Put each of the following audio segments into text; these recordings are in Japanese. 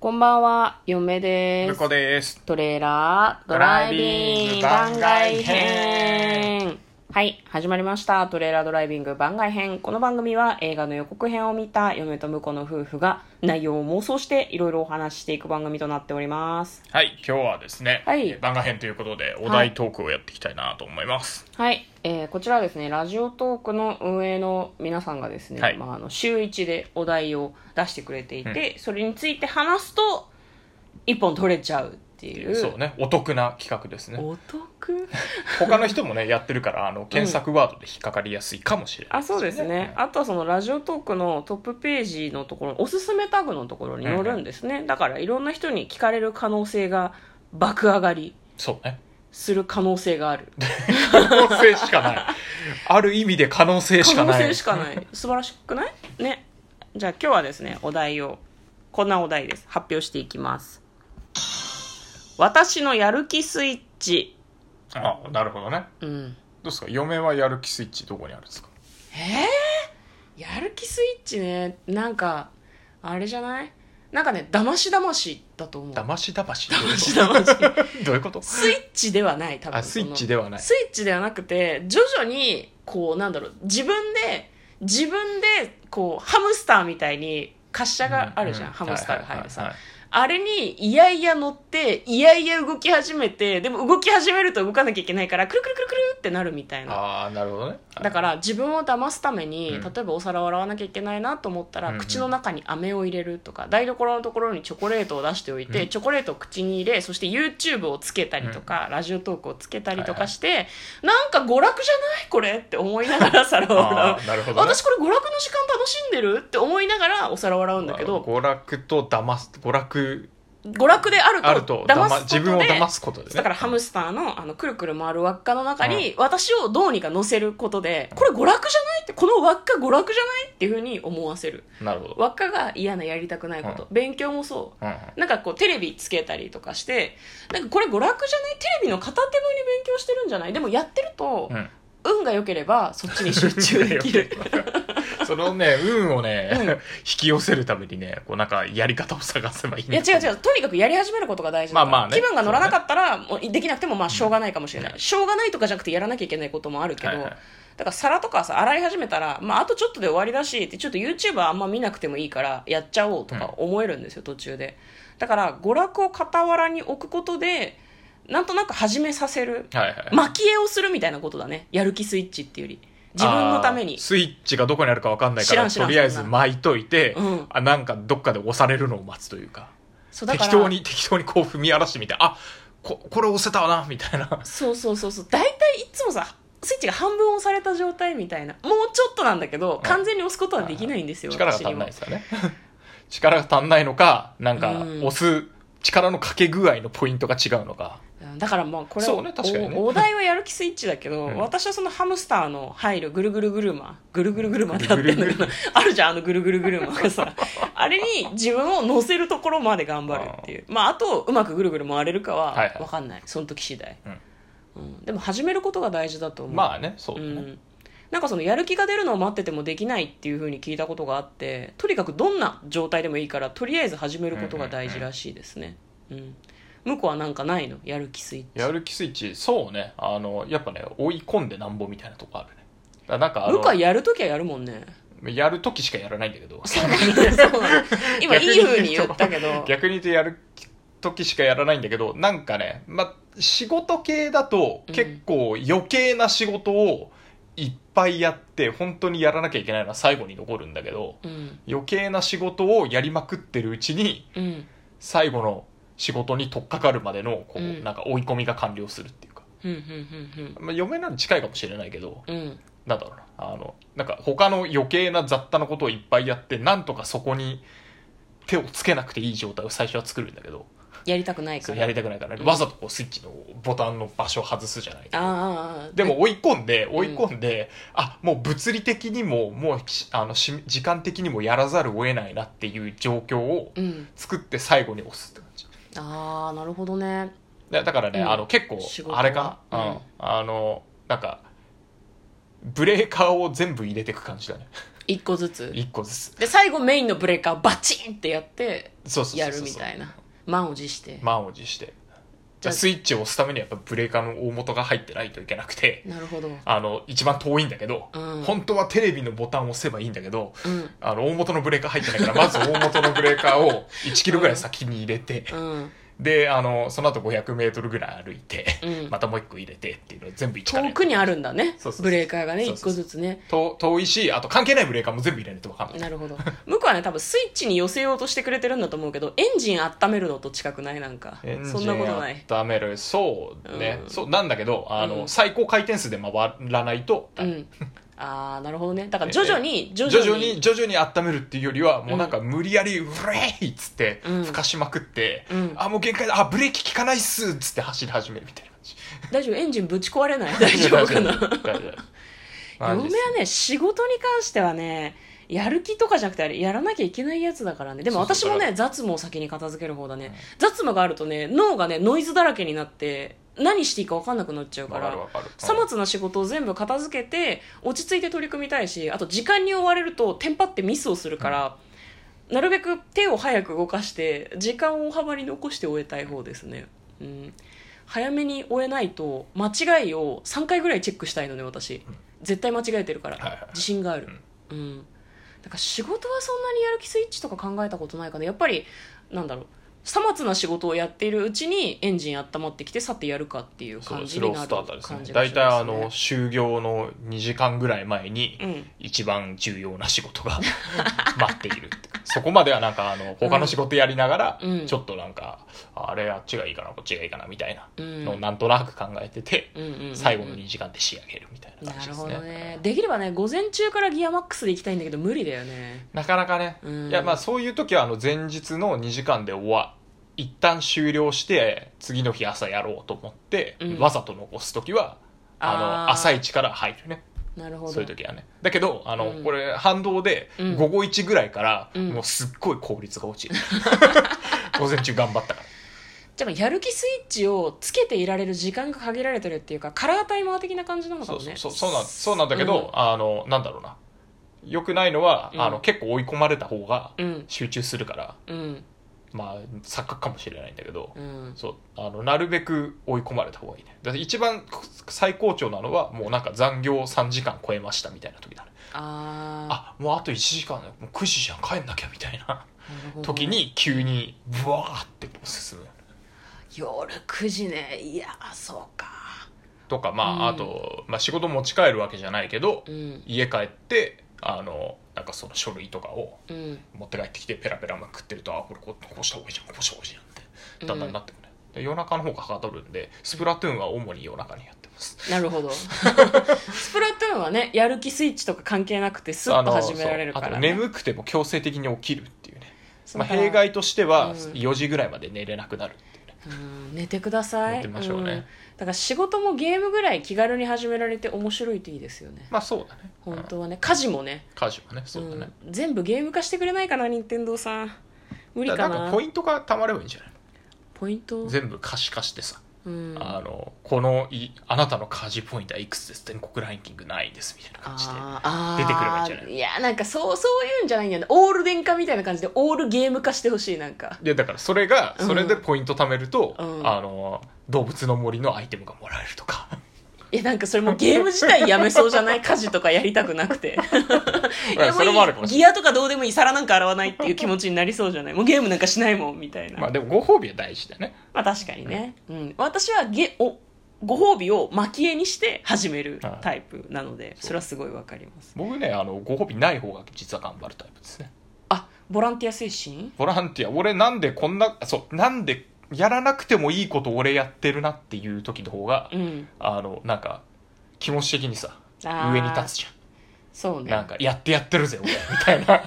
こんばんは、嫁で向すこ。です。トレーラードライビングドライ番ビン外グ番外編編。はい、始まりました。トレーラードライビング番外編。この番組は映画の予告編を見た嫁と婿の夫婦が内容を妄想していろいろお話ししていく番組となっております。はい、今日はですね、はいえー番外編ということで、おは題いトークをやっていきたいなと思います。はい、えーこちらはですね、ラジオトークの運営の皆さんがですね、はいまあ、あの週1でお題を出してくれていて、それについて話すと一本取れちゃうっていう。そうね、お得な企画ですね。お得他の人もね、やってるから、あの、検索ワードで引っかかりやすいかもしれない、あそうですね。あとはそのラジオトークのトップページのところおすすめタグのところに載るんですね、だからいろんな人に聞かれる可能性が爆上がりそうね。する可能性がある可能性しかない。ある意味で可能性し可か能ない。性しか ない素晴らしくないねじゃあ今日はですねお題をこんなお題です発表していきます私のやる気スイッチあ、なるほどね。うんどうですか嫁はやる気スイッチどこにあるんですかえー、やる気スイッチねなんかあれじゃないなんかねだましだましだと思うだましだまし。しだまし どういうことスイッチではない多分あ、スイッチでははない。スイッチではなくて徐々にこうなんだろう自分で自分でこうハムスターみたいに滑車があるじゃん、ううハムスターが入るはいさはいはいあれにいやいや乗っていやいや動き始めてでも動き始めると動かなきゃいけないからくるくるくるくるってなるみたいなああ、なるほどね。だから自分を騙すために、うん例えばお皿を洗わなきゃいけないなと思ったら、うんうん口の中に飴を入れるとか台所のところにチョコレートを出しておいて、うんチョコレートを口に入れそして YouTube をつけたりとか、ラジオトークをつけたりとかして、なんか娯楽じゃないこれって思いながら皿を洗うあ。ーなる ほどね。私これ娯楽の時間楽しんでるって思いながらお皿を洗うんだけど娯楽と騙す娯楽娯楽であるとあると騙すこと騙で自分を騙すことでねだからハムスターのあのくるくる回る輪っかの中に私をどうにか乗せることでこれ娯楽じゃないってこの輪っか娯楽じゃないっていうふうに思わせるなるほど、輪っかが嫌なやりたくないこと、勉強もそうんうんうなんかこうテレビつけたりとかしてなんかこれ娯楽じゃないテレビの片手間に勉強してるんじゃないでもやってると、うん、 運が良ければそっちに集中できるそのね運をね、うん引き寄せるためにねこうなんかやり方を探せばいいいや違う違うとにかくやり始めることが大事だから、まあまあね気分が乗らなかったら、もうできなくてもまあしょうがないかもしれない、しょうがないとかじゃなくてやらなきゃいけないこともあるけど、はいはいだから皿とかさ洗い始めたら、まあ、あとちょっとで終わりだしってちょっと YouTube はあんま見なくてもいいからやっちゃおうとか思えるんですよ、途中でだから娯楽を傍らに置くことでなんとなく始めさせるはいはい蒔絵をするみたいなことだねやる気スイッチっていうより自分のためあにースイッチがどこにあるか分かんないか知ららん知らんとりあえず巻いといて、うんあなんかどっかで押されるのを待つというかそうだから適当に適当にこう踏み荒らしてみてあここれ押せたわなみたいなそうそうそうそう大体いつもさスイッチが半分押された状態みたいなもうちょっとなんだけどん完全に押すことはできないんですよ、力が私足にんもないですよね 力が足んないのかなんかうん押す力のかけ具合のポイントが違うのか、うんだからまあこれそうね確かにねおお題はやる気スイッチだけど、うん私はそのハムスターの入るぐるぐるぐるマぐるぐるぐるマってあってんぐだるけぐど あるじゃんあのぐるぐるぐるマがさあれに自分を乗せるところまで頑張るっていうまああとうまくぐるぐる回れるかははいはい分かんない、その時次第、うんでも始めることが大事だと思うまあねそううだね、ん、なんかそのやる気が出るのを待っててもできないっていう風に聞いたことがあってとにかくどんな状態でもいいからとりあえず始めることが大事らしいですね、うん、向こうはなんかないのやる気スイッチやる気スイッチそうねあのやっぱね追い込んでなんぼみたいなとこあるねだからなんかあ向こうはのやるときはやるもん ねやる時しかやらないんだけどそうなんだよそうなんだよ今い逆にい風に言ったけど逆に言ってやる時しかやらないんだけどなんかね、ま、仕事系だとうん結構余計な仕事をいっぱいやって本当にやらなきゃいけないのは最後に残るんだけどうん余計な仕事をやりまくってるうちにうん最後の仕事に取っかかるまでのこう、うんなんか追い込みが完了するっていうか、うんうんまあ、嫁なのに近いかもしれないけど、うんうんなんだろうな、あの、なんか他の余計な雑多なことをいっぱいやって、なんとかそこに手をつけなくていい状態を最初は作るんだけど、やりたくないそかれらやありたくないから、わざとこうスイッチのボタンの場所を外すじゃないあああでも追い込んで、追い込んで、あ、もう物理的にも、もうし、あの、し時間的にもやらざるを得ないなっていう状況をうん作って最後に押すって感じ。ああなるほどねだだからね、うんあの結構仕事はあれか、うんうんあのなんかブレーカーを全部入れてく感じだね一個ずつ一個ずつで最後メインのブレーカーバチンってやってそうそうそやうそうるみたいな満を持して満を持してじゃあスイッチを押すためにはやっぱブレーカーの大元が入ってないといけなくてなる ほどあの一番遠いんだけど、うん本当はテレビのボタンを押せばいいんだけどうんあの大元のブレーカー入ってないからまず大元のブレーカーを1キロぐらい先に入れて、うんであのその後500メートルぐらい歩いて、うんまたもう一個入れてっていうのを全部一からや遠るくにあるんだねそうそうそうブレーカーがねそう一そ個うずつねと遠いしあと関係ないブレーカーも全部入れないと分かんないなるほど向こうはね多分スイッチに寄せようとしてくれてるんだと思うけどエンジン温めるのと近くないなんかエンそんジンなことない温めるそうね、うんそうなんだけどあの、うん最高回転数で回らないと、うんああなるほどねだから徐々に徐徐々々にに徐々に温めるっていうよりはもうなんか無理やり「うれい!」っつってうんふかしまくって「うんあもう限界だあブレーキ効かないっす!」っつって走り始めるみたいな感じ大丈夫エンジンぶち壊れない大丈夫かな 大丈夫嫁はね仕事に関してはねやる気とかじゃなくてあれやらなきゃいけないやつだからねでもそうそう私もだかね雑務を先に片付ける方だね、雑務があるとね脳がねノイズだらけになって何していいか分かんなくなっちゃうかわからるわかるさまつな仕事を全部片付けて落ち着いて取り組みたいしあと時間に追われるとテンパってミスをするから、なるべく手を早く動かして時間を大幅に残して終えたい方ですね、うん、早めに終えないと間違いを3回ぐらいチェックしたいのね私絶対間違えてるから、はいはい自信がある、うんだから仕事はそんなにやる気スイッチとか考えたことないかなやっぱりなんだろうさまつな仕事をやっているうちにエンジン温まってきてさてやるかっていうそ感うじスロにーなスるターターです感じねが大し体あますねの就業の2時間ぐらい前にうん一番重要な仕事が 待っているってそこまではなんかあの他の仕事やりながらうんちょっとなんかあれあっちがいいかなこっちがいいかなみたいなうんのをなんとなく考えててうんうんうんうん最後の2時間で仕上げるみたいな感なじるでほすどねね。できればね午前中からギアマックスで行きたいんだけど無理だよねなかなかねうんいやまあそういう時はあの前日の2時間で終わ一旦終了して次の日朝やろうと思ってうんわざと残す時はああーの朝一から入るねなるほどそういう時はねだけどあの、うんこれ反動でうん午後1ぐらいから、うんもうすっごい効率が落 ちる午前中頑張ったかじゃあやる気スイッチをつけていられる時間が限られてるっていうかカラータイマー的な感じなのらかもそうそうねそうそうなんそうなんだけど、あのなんだろうなよくないのは、うんあの結構追い込まれた方がうん集中するから、うんまあ錯覚かもしれないんだけど、うんそうあのなるべく追い込まれた方がいいねだって一番最高潮なのはもうなんか残業3時間超えましたみたいな時だねああもうあと1時間だもう9時じゃん帰んなきゃみたいなあなるほど時に急にブワーって進む夜9時ねいやそうかとかまあ、うんあと、まあ、仕事持ち帰るわけじゃないけど、うん家帰ってあのなんかその書類とかをうん持って帰ってきてペラペラまくってるとあこれこうこうした方がいいじゃんこうした方がいいじゃんってだんだんなってくる、ねで夜中の方がはかどるんでスプラトゥーンは主に夜中にやってますなるほ どスプラトゥーンはねやる気スイッチとか関係なくてスッと始められるかあのら、そうあね、と眠くても強制的に起きるっていうね、そうまあ、だ弊害としてはうん4時ぐらいまで寝れなくなるっていうねうん寝てください寝てみましょうねんだから仕事もゲームぐらい気軽に始められて面白いといいですよねまあそうだね本当はね家事もね家事はねそうだね、ん、全部ゲーム化してくれないかな任天堂さん無理かなだらんかポポイイントがたまればいいんじゃないのント、全部可視化してさ、うん、あのこのいあなたの家事ポイントはいくつです全国ランキングないんですみたいな感じであー出てくればいいんじゃないいやなんかそうそういうんじゃないんだよねオール電化みたいな感じでオールゲーム化してほしいなんかでだからそれがうんそれでポイント貯めると、うんあの動物の森のアイテムがもらえると かいやなんかそ れもうゲーム自体やめそうじゃない家事とかやりたくなくていやそれもあるかもしれギアとかどうでもいい皿なんか洗わないっていう気持ちになりそうじゃないもうゲームなんかしないもんみたいなまあでもご褒美は大事だねまあ確かにね、うん、私はげおご褒美を蒔絵にして始めるタイプなので、それはすごいわかります僕ねあのご褒美ない方が実は頑張るタイプですねあボランティア精神ボランティア俺なんでこんなそうなんでやらなくてもいいこと俺やってるなっていう時の方が、うんあのなんか気持ち的にさあー上に立つじゃんそうねなんか、やってやってるぜ、俺、 みたいな。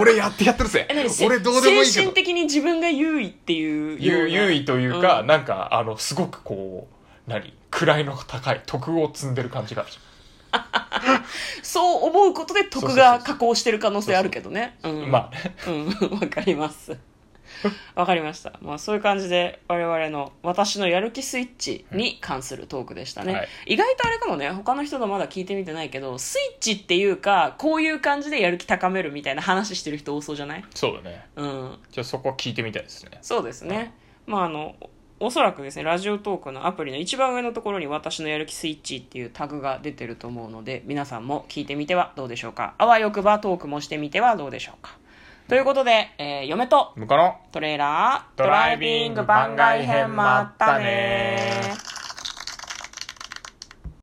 俺やってやってるぜえ何。せ俺どうでもいい精けど神。的に自分が優位っていうゆ優位位というか、うんなんか、あの、すごくこう、何位の高い、徳を積んでる感じがあるじそう思うことでそう徳そうそうが加工してる可能性あるけどねゃんうん まあね。うんわかりますわかりました、まあ、そういう感じで我々の私のやる気スイッチに関するトークでしたね、はい意外とあれかもね他の人とまだ聞いてみてないけどスイッチっていうかこういう感じでやる気高めるみたいな話してる人多そうじゃないそうだねうんじゃあそこは聞いてみたいですねそうですね、まああのおおそらくですねラジオトークのアプリの一番上のところに「私のやる気スイッチ」っていうタグが出てると思うので皆さんも聞いてみてはどうでしょうかあわよくばトークもしてみてはどうでしょうかということで、えー嫁と向かのトレーラードドライビング番外編もあったね